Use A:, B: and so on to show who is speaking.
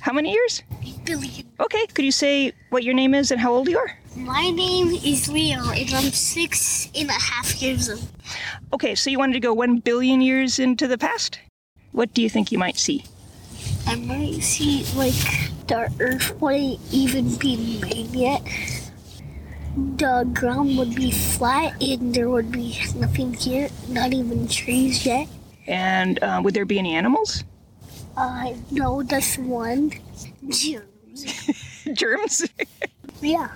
A: How many years?
B: Billy.
A: Okay, could you say what your name is and how old you are?
B: My name is Leo, and I'm six and a half years old.
A: Okay, so you wanted to go 1 billion years into the past? What do you think you might see?
B: I might see, like, the earth wouldn't even be made yet. The ground would be flat, and there would be nothing here, not even trees yet.
A: And uh, would there be any animals?
B: I know this one. June.
A: Germs?
B: Yeah.